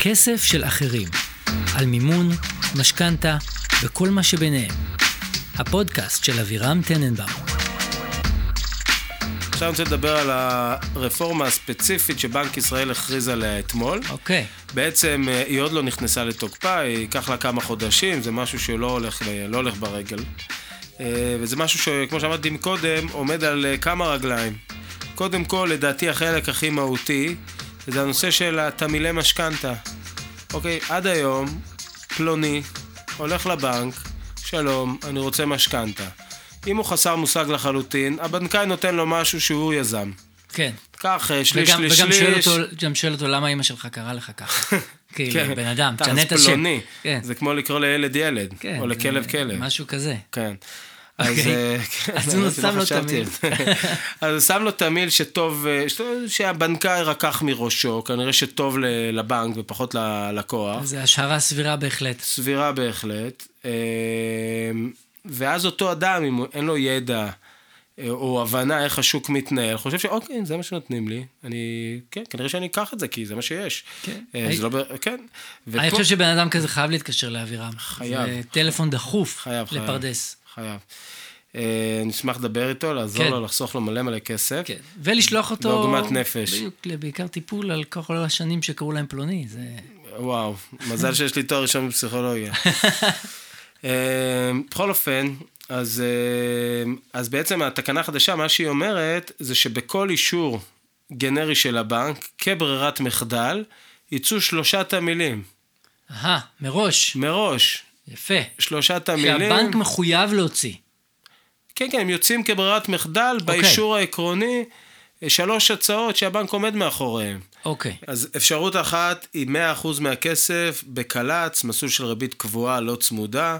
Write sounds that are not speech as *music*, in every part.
כסף של אחרים, על מימון, משכנתה וכל מה שביניהם. הפודקאסט של אבירם טננבאום. עכשיו אני רוצה לדבר על הרפורמה הספציפית שבנק ישראל הכריז עליה אתמול. אוקיי. בעצם אה, היא עוד לא נכנסה לתוקפה, היא ייקח לה כמה חודשים, זה משהו שלא הולך, ב- לא הולך ברגל. אה, וזה משהו שכמו שאמרתי קודם, עומד על אה, כמה רגליים. קודם כל, לדעתי החלק הכי מהותי, זה הנושא של התמהילי משכנתה. אוקיי, עד היום, פלוני הולך לבנק, שלום, אני רוצה משכנתה. אם הוא חסר מושג לחלוטין, הבנקאי נותן לו משהו שהוא יזם. כן. קח אה, שליש, וגם, שליש, וגם שליש. כן. שואל אותו, גם שואל אותו למה אימא שלך קראה לך *laughs* ככה. כאילו, בן אדם, אתה תשנה את אז השם. פלוני. כן, זה כמו לקרוא לילד ילד, כן, או זה לכלב כלב. משהו כזה. כן. אוקיי. *laughs* אז, אה, כן, אז הוא האמת שלא שם לו חשבתי על זה. *laughs* אז הוא שם לו תמיל שטוב, אה, ש- שהבנקאי רקח מראשו, כנראה שטוב ל- לבנק ופחות ללקוח. זו השערה סבירה בהחלט. סבירה בהחלט. אה, ואז אותו אדם, אם הוא- אין לו ידע אה, או הבנה איך השוק מתנהל, חושב שאוקיי, זה מה שנותנים לי. אני, כן, כנראה שאני אקח את זה, כי זה מה שיש. כן. אה, הי- זה לא, ב- כן. אני ופה- חושב שבן אדם כזה חייב להתקשר לאבירם. חייב. זה טלפון דחוף חייב, חייב. לפרדס. חייב. אה, נשמח לדבר איתו, לעזור כן. לו, לחסוך לו מלא מלא כסף. כן. ולשלוח אותו... בעוגמת נפש. בדיוק, בעיקר טיפול על כל השנים שקראו להם פלוני. זה... וואו, מזל שיש לי תואר *laughs* ראשון בפסיכולוגיה. אה, בכל אופן, אז, אה, אז בעצם התקנה החדשה, מה שהיא אומרת, זה שבכל אישור גנרי של הבנק, כברירת מחדל, יצאו שלושה תמילים. אהה, מראש. מראש, יפה. שלושה תמילים. שהבנק מחויב להוציא. כן, כן, הם יוצאים כברירת מחדל okay. אוקיי. באישור העקרוני, אה, שלוש הצעות שהבנק עומד מאחוריהן. אוקיי. אז אפשרות אחת היא 100% מהכסף בקל"צ, מסלול של ריבית קבועה, לא צמודה.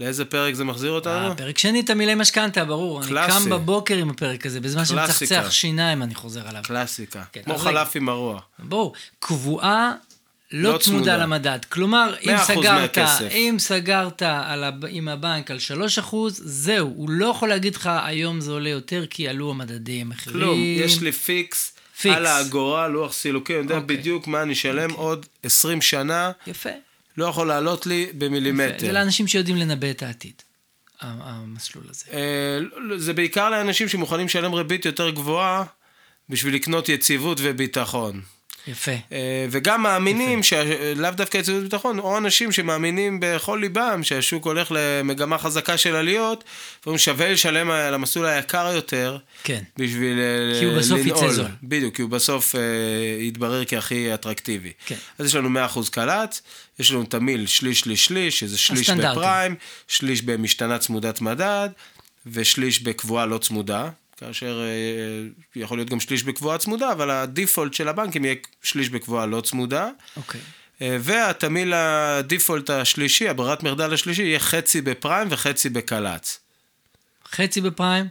לאיזה פרק זה מחזיר אותנו? אה, פרק שני, תמילי משכנתה, ברור. אני קלאסי. קם בבוקר עם הפרק הזה, בזמן קלאסיקה. שמצחצח שיניים אני חוזר עליו. קלאסיקה. כן, כמו אז חלף עם הרוע. בואו, קבועה לא לא צמודה. צמודה למדד. כלומר, אם 100% סגרת, מהכסף. אם סגרת על הב... עם הבנק על 3%, זהו, הוא לא יכול להגיד לך, היום זה עולה יותר כי עלו המדדים, מחירים. כלום, יש לי פיקס, פיקס. על האגורה, לוח סילוקי, אני יודע אוקיי. בדיוק מה אני אשלם עוד 20 שנה, יפה. לא יכול לעלות לי זה במילימטר. לאנשים שיודעים לנבא את העתיד, ה- המסלול הזה. אה, לא, זה בעיקר לאנשים שמוכנים לשלם ריבית יותר גבוהה בשביל לקנות יציבות וביטחון. יפה. אה, וגם מאמינים, שה- לאו דווקא יציבות ביטחון, או אנשים שמאמינים בכל ליבם שהשוק הולך למגמה חזקה של עליות, ואומרים שווה לשלם על המסלול היקר יותר. כן. בשביל אה, כי הוא בסוף לנעול. יצא זול. בדיוק, כי הוא בסוף אה, יתברר כהכי אטרקטיבי. כן. אז יש לנו 100% קל"צ, יש לנו תמיל שליש, שליש, שליש, שזה שליש הסטנדרטי. בפריים, שליש במשתנה צמודת מדד, ושליש בקבועה לא צמודה, כאשר אה, יכול להיות גם שליש בקבועה צמודה, אבל הדיפולט של הבנקים יהיה שליש בקבועה לא צמודה. אוקיי. אה, והתמיל הדיפולט השלישי, הברירת מחדל השלישי, יהיה חצי בפריים וחצי בקל"צ. חצי בפריים,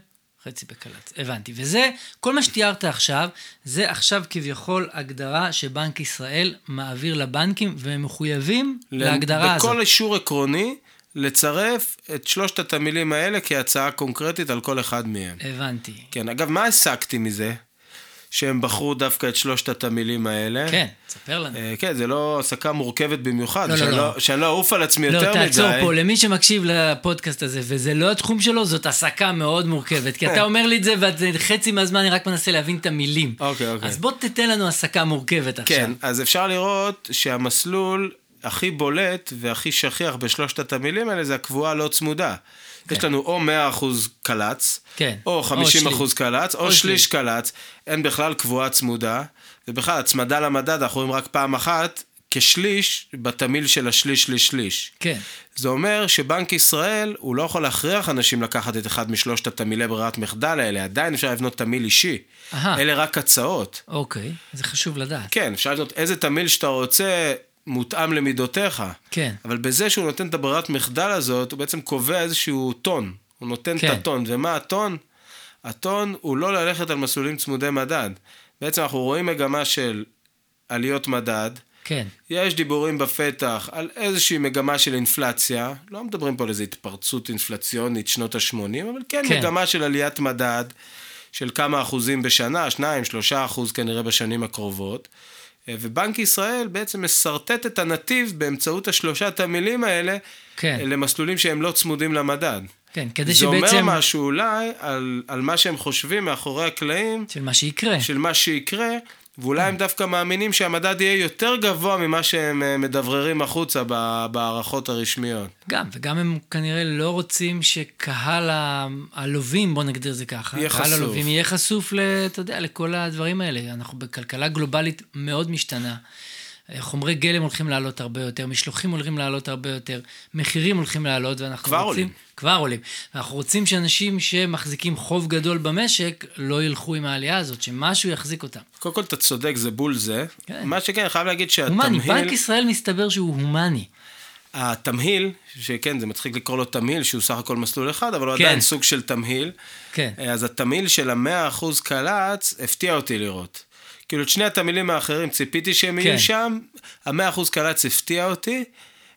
חצי בקל"צ. הבנתי. וזה, כל מה שתיארת עכשיו, זה עכשיו כביכול הגדרה שבנק ישראל מעביר לבנקים, והם מחויבים להגדרה בכל הזאת. אישור עקרוני, לצרף את שלושת התמילים האלה כהצעה קונקרטית על כל אחד מהם. הבנתי. כן, אגב, מה הסקתי מזה? שהם בחרו דווקא את שלושת התמילים האלה. כן, תספר לנו. אה, כן, זה לא הסקה מורכבת במיוחד, לא, לא, שאני לא. לא- שאני לא אעוף על עצמי לא, יותר מדי. תעצור פה, למי שמקשיב לפודקאסט הזה, וזה לא התחום שלו, זאת הסקה מאוד מורכבת. *laughs* כי אתה אומר לי את זה, וחצי מהזמן אני רק מנסה להבין את המילים. אוקיי, אוקיי. אז בוא תתן לנו הסקה מורכבת עכשיו. כן, אז אפשר לראות שהמסלול הכי בולט והכי שכיח בשלושת התמילים האלה זה הקבועה הלא צמודה. יש לנו או 100% קל"צ, כן. או או 50% שליש. קל"צ, או או שליש שליש. קל"צ, אין בכלל קבועה צמודה, ובכלל הצמדה למדד אנחנו רואים רק פעם אחת, כשליש בתמיל של השליש שליש שליש. כן. זה אומר שבנק ישראל, הוא לא יכול להכריח אנשים לקחת את אחד משלושת התמילי ברירת מחדל האלה, עדיין אפשר לבנות תמיל אישי. אהה. אלה רק הצעות. אוקיי, זה חשוב לדעת. כן, אפשר לבנות איזה תמיל שאתה רוצה, מותאם למידותיך. כן. אבל בזה שהוא נותן את הברירת מחדל הזאת, הוא בעצם קובע איזשהו טון. הוא נותן כן. את הטון. ומה הטון? הטון הוא לא ללכת על מסלולים צמודי מדד. בעצם אנחנו רואים מגמה של עליות מדד. כן. יש דיבורים בפתח על איזושהי מגמה של אינפלציה, לא מדברים פה על איזו התפרצות אינפלציונית שנות ה-80, אבל כן, כן כן. מגמה של עליית מדד של כמה אחוזים בשנה, 2-3 אחוז כנראה בשנים הקרובות. אה, ובנק ישראל בעצם משרטט את הנתיב באמצעות השלושת המילים האלה כן. אה, למסלולים שהם לא צמודים למדד. כן, כדי זה אומר שבעצם... משהו אולי על, על מה שהם חושבים מאחורי הקלעים של מה שיקרה. של מה שיקרה, ואולי הם דווקא מאמינים שהמדד יהיה יותר גבוה ממה שהם אה, מדבררים החוצה ב- בהערכות הרשמיות. גם, וגם הם כנראה לא רוצים שקהל ה- הלווים, בוא נגדיר את זה ככה, יהיה קהל חשוף. הלווים יהיה חשוף, ל- אתה יודע, לכל הדברים האלה. אנחנו בכלכלה גלובלית מאוד משתנה. חומרי גלם הולכים לעלות הרבה יותר, משלוחים הולכים לעלות הרבה יותר, מחירים הולכים לעלות, ואנחנו כבר רוצים... עולים. כבר עולים. אנחנו רוצים שאנשים שמחזיקים חוב גדול במשק לא ילכו עם העלייה הזאת, שמשהו יחזיק אותם. קודם כל, אתה צודק, זה בול זה. כן. מה שכן, אני חייב להגיד הומני, בנק שהתמהיל, ישראל מסתבר שהוא הומני. התמהיל, שכן, זה מצחיק לקרוא לו תמהיל, שהוא סך הכל מסלול אחד, אבל הוא כן. עדיין סוג של תמהיל. כן. אה, אז התמהיל של המאה אחוז קל"צ הפתיע אותי לראות. כאילו, את שני התמהילים האחרים ציפיתי שהם כן. יהיו שם, המאה אחוז קל"צ הפתיע אותי.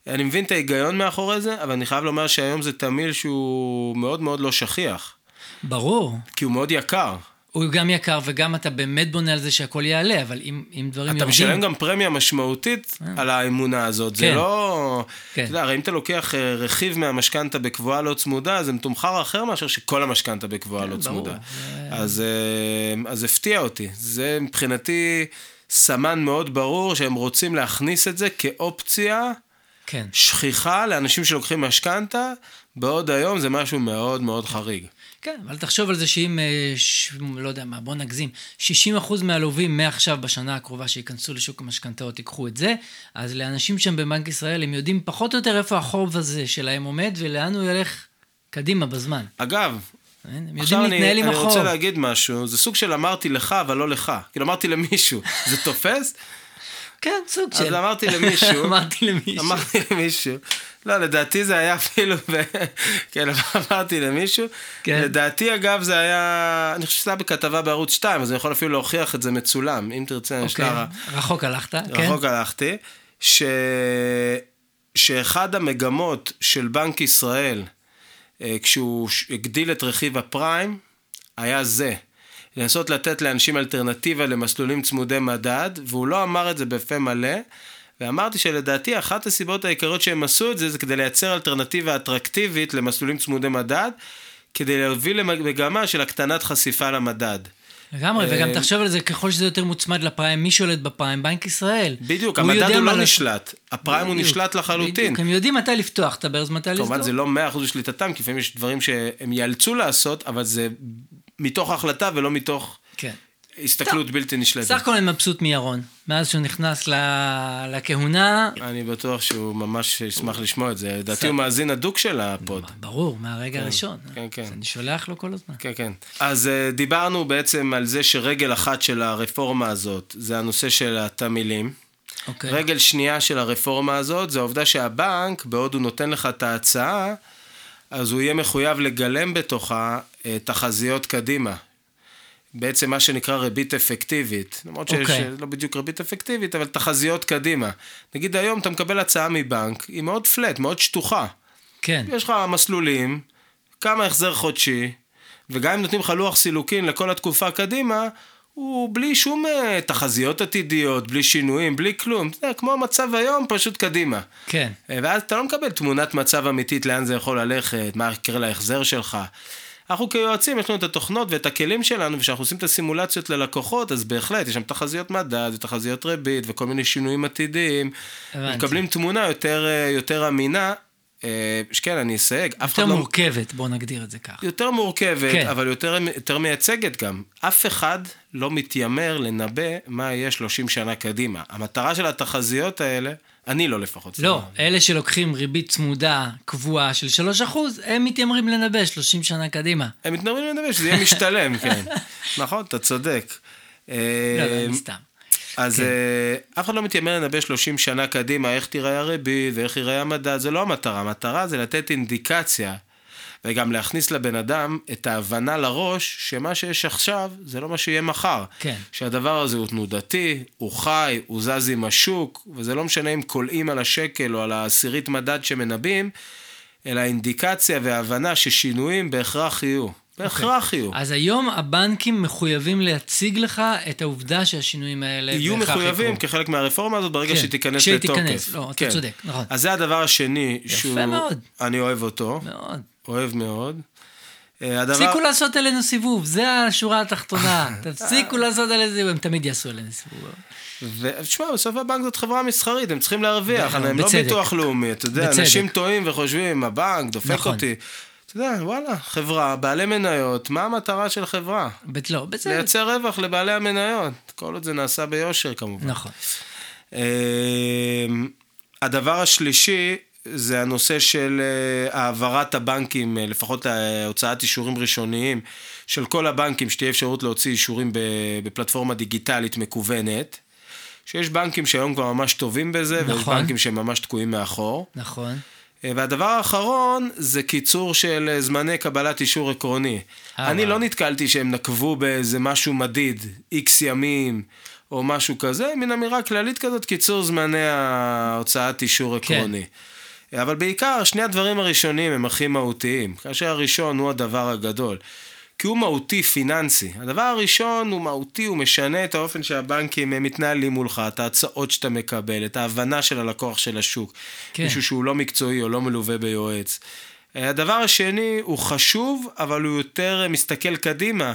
אני מבין את ההיגיון מאחורי זה, אבל אני חייב לומר שהיום זה תמהיל שהוא מאוד מאוד לא שכיח, ברור. כי הוא מאוד יקר. הוא גם יקר וגם אתה באמת בונה על זה שהכל יעלה, אבל אם, אם דברים אתה יורדים... משלם גם פרמיה משמעותית על האמונה הזאת, זה אה. כן. לא... כן. אתה יודע, הרי אם אתה לוקח אה, רכיב מהמשכנתה בקבועה לא צמודה, זה מתומחר אחר מאשר שכל המשכנתה בקבועה לא כן, ברור. צמודה. זה- אז אה, אז הפתיע אותי. זה מבחינתי סמן מאוד ברור שהם רוצים להכניס את זה כאופציה כן. שכיחה לאנשים שלוקחים משכנתה, בעוד היום זה משהו מאוד מאוד חריג. כן, אבל תחשוב על זה שאם, אה, ש... לא יודע מה, בוא נגזים, 60% מהלווים מעכשיו בשנה הקרובה שייכנסו לשוק המשכנתאות ייקחו את זה, אז לאנשים שם בבנק ישראל, הם יודעים פחות או יותר איפה החוב הזה שלהם עומד ולאן הוא ילך קדימה בזמן. אה, אגב, הם עכשיו יודעים אני, להתנהל עם אני החוב. רוצה להגיד משהו, זה סוג של אמרתי לך, אבל לא לך. כאילו, אמרתי למישהו, זה תופס? כן, סוג של. אז אמרתי *laughs* למישהו, אמרתי למישהו. אמרתי למישהו, לא, לדעתי זה היה אפילו, ב- *laughs* כן, אבל אמרתי למישהו, כן. לדעתי אגב זה היה, אני חושב שזה היה בכתבה בערוץ 2, אז אני יכול אפילו להוכיח את זה מצולם, אם תרצה, יש לה, אוקיי, רחוק הלכת, כן? רחוק הלכתי, ש... שאחד המגמות של בנק ישראל, אה, כשהוא ש- הגדיל את רכיב הפריים, היה זה. לנסות לתת לאנשים אלטרנטיבה למסלולים צמודי מדד, והוא לא אמר את זה בפה מלא, ואמרתי שלדעתי אחת הסיבות העיקריות שהם עשו את זה, זה כדי לייצר אלטרנטיבה אטרקטיבית למסלולים צמודי מדד, כדי להוביל למגמה של הקטנת חשיפה למדד. לגמרי, וגם אה, תחשוב על זה, ככל שזה יותר מוצמד לפריים, מי שולט בפריים? בנק ישראל. בדיוק, יודע המדד הוא מה לא לעשות. נשלט, הפריים הוא בדיוק, נשלט לחלוטין. בדיוק, הם יודעים מתי לפתוח את הברז, מתי לסגור. כמובן זה לא 100% בשליטתם, כי לפעמים יש דברים שהם ייאלצו לעשות, אבל זה מתוך החלטה ולא מתוך כן. הסתכלות בלתי סך נשלטת. הכל אני מבסוט מירון, מאז שהוא נכנס ל- לכהונה, אני בטוח שהוא ממש ישמח לשמוע את זה. לדעתי הוא מאזין הדוק של הפוד. ברור, מהרגע הראשון. כן, כן. אז אני שולח לו כל הזמן. כן, כן. אז אה, דיברנו בעצם על זה שרגל אחת של הרפורמה הזאת, זה הנושא של התמהילים. אוקיי. רגל שנייה של הרפורמה הזאת, זה העובדה שהבנק, בעוד הוא נותן לך את ההצעה, אז הוא יהיה מחויב לגלם בתוכה אה, תחזיות קדימה. בעצם מה שנקרא ריבית אפקטיבית. למרות שיש אוקיי. okay. לא בדיוק ריבית אפקטיבית, אבל תחזיות קדימה. נגיד היום אתה מקבל הצעה מבנק, היא מאוד פלט, מאוד שטוחה. כן, יש לך מסלולים, כמה החזר חודשי, וגם אם נותנים לך לוח סילוקין לכל התקופה קדימה, הוא בלי שום אה, תחזיות עתידיות, בלי שינויים, בלי כלום. אתה יודע, כמו המצב היום, פשוט קדימה. כן. אה, ואז אתה לא מקבל תמונת מצב אמיתית לאן זה יכול ללכת, מה יקרה להחזר שלך. אנחנו כיועצים, יש לנו את התוכנות ואת הכלים שלנו, וכשאנחנו עושים את הסימולציות ללקוחות, אז בהחלט, יש שם תחזיות מדד ותחזיות ריבית וכל מיני שינויים עתידיים. הבנתי. מקבלים תמונה יותר, אה, יותר אמינה. אה, שכן, אני אסייג. אף אחד יותר לא... מורכבת, בוא נגדיר את זה ככה. יותר מורכבת, כן. כן. אבל יותר, יותר מייצגת גם. אף אחד לא מתיימר לנבא מה יהיה 30 שנה קדימה. המטרה של התחזיות האלה, אני לא לפחות. לא, אלה שלוקחים ריבית צמודה קבועה של 3%, הם מתיימרים לנבא 30 שנה קדימה. הם מתנבאים לדבר שזה יהיה *laughs* משתלם, כן. נכון, אתה צודק. לא, לא, אה, אני סתם. אז אה, אף אחד לא מתיימר לנבא 30 שנה קדימה איך תיראה הריבית ואיך ייראה המדד, זה לא המטרה. המטרה זה לתת אינדיקציה וגם להכניס לבן אדם את ההבנה לראש שמה שיש עכשיו זה לא מה שיהיה מחר. כן. שהדבר הזה הוא תנודתי, הוא חי, הוא זז עם השוק, וזה לא משנה אם קולעים על השקל או על העשירית מדד שמנבאים, אלא האינדיקציה וההבנה ששינויים בהכרח יהיו. בהכרח יהיו. אז היום הבנקים מחויבים להציג לך את העובדה שהשינויים האלה יהיו בהכרח מחויבים יקרו. כחלק מהרפורמה הזאת ברגע כן, שהיא תיכנס כשהיא לתוקף. תיכנס, לא, אתה כן. צודק, נכון. אז זה הדבר השני יפה שהוא... מאוד. אני אוהב אותו, מאוד. אוהב מאוד. אה, הדבר- תפסיקו לעשות עלינו סיבוב, זה השורה התחתונה. *laughs* תפסיקו לעשות עלינו סיבוב, הם תמיד יעשו עלינו סיבוב. ו- תשמע, בסוף הבנק זאת חברה מסחרית, הם צריכים להרוויח, נכון, הם לא בצדק. ביטוח לאומי, אתה יודע, בצדק. אנשים טועים וחושבים, הבנק דופק נכון. אותי. אתה יודע, וואלה, חברה, בעלי מניות, מה המטרה של חברה? בית- לא, בסדר. לייצר רווח לבעלי המניות, כל עוד זה נעשה ביושר כמובן. נכון. אמ, הדבר השלישי זה הנושא של אה, העברת הבנקים, אה, לפחות אה, הוצאת אישורים ראשוניים של כל הבנקים, שתהיה אפשרות להוציא אישורים ב- בפלטפורמה דיגיטלית מקוונת. שיש בנקים שהיום כבר ממש טובים בזה, ויש נכון. בנקים שממש תקועים מאחור. נכון. אה, והדבר האחרון זה קיצור של אה, זמני קבלת אישור עקרוני. אה, אני וואו. לא נתקלתי שהם נקבו באיזה משהו מדיד, איקס ימים או משהו כזה, מין אמירה כללית כזאת, קיצור זמני ההוצאת אישור כן. עקרוני. אה, אבל בעיקר, שני הדברים הראשונים הם הכי מהותיים, כאשר הראשון הוא הדבר הגדול. כי הוא מהותי פיננסי. הדבר הראשון הוא מהותי, הוא משנה את האופן שהבנקים אה, מתנהלים מולך, את ההצעות שאתה מקבל, את ההבנה של הלקוח של השוק. כן. כן. מישהו שהוא לא מקצועי או לא מלווה ביועץ. אה, הדבר השני הוא חשוב, אבל הוא יותר אה, מסתכל קדימה,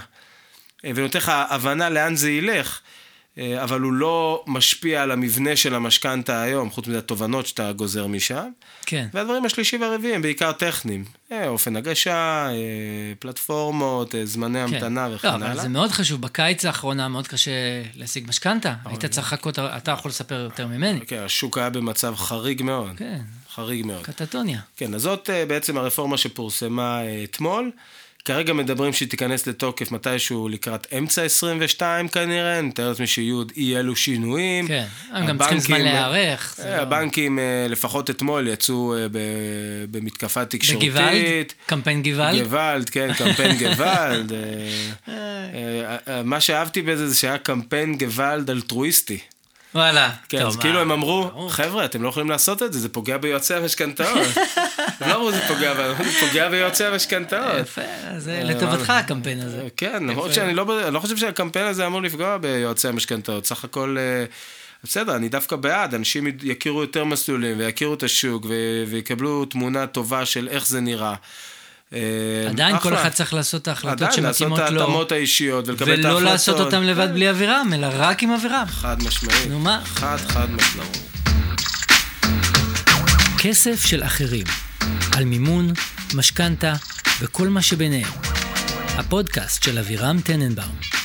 אה, ונותן לך הבנה לאן זה ילך, אה, אבל הוא לא משפיע על המבנה של המשכנתה היום, חוץ מזה התובנות שאתה גוזר משם. כן. והדברים השלישי והרביעי הם בעיקר טכניים. אה, אופן הגשה, אה, פלטפורמות, אה, זמני כן. המתנה וכן לא, אבל הלאה. זה מאוד חשוב, בקיץ האחרון היה מאוד קשה להשיג משכנתה. היית צריך לחכות, אתה יכול לספר יותר ממני. כן, השוק היה במצב חריג מאוד. כן, חריג מאוד. קטטוניה. כן, אז זאת אה, בעצם הרפורמה שפורסמה אה, אתמול. כרגע מדברים שהיא תיכנס לתוקף מתישהו לקראת אמצע 22 כנראה, אני מתאר לעצמי שיהיו עוד אי אלו שינויים. כן, הם גם צריכים זמן הבנקים, אה, להיערך. זה אה, לא- הבנקים, אה, לפחות אתמול, יצאו אה, ב- במתקפה בגוואלד? תקשורתית. קמפיין גוואלד? גוואלד, כן, *laughs* קמפיין גוואלד. אה, אה, אה, מה שאהבתי בזה זה שהיה קמפיין גוואלד אלטרואיסטי. וואלה. כן, טוב, אה. אז מה? כאילו הם אמרו, ברור. חבר'ה, אתם לא יכולים לעשות את זה, זה פוגע ביועצי המשכנתאות. הם לא אמרו זה פוגע, ב- זה פוגע ביועצי המשכנתאות. יפה, זה לטובתך הקמפיין הזה. כן, למרות שאני לא, ב- לא חושב שהקמפיין הזה אמור לפגוע ביועצי המשכנתאות. סך הכל, אה, בסדר, אני דווקא בעד, אנשים יד- יכירו יותר מסלולים ויכירו את השוק ו- ויקבלו תמונה טובה של איך זה נראה. אה, עדיין כל אחלה. אחד צריך לעשות את ההחלטות עדיין, לעשות שמתאימות את לו, ההתאמות האישיות ולקבל את ההחלטות. כן. ולא לעשות אותן לבד בלי אבירם, אלא רק עם אבירם. חד משמעית. נו מה? חד חד משמעית. כסף של אחרים, על מימון, משכנתה וכל מה שביניהם. הפודקאסט של אבירם טננבאום.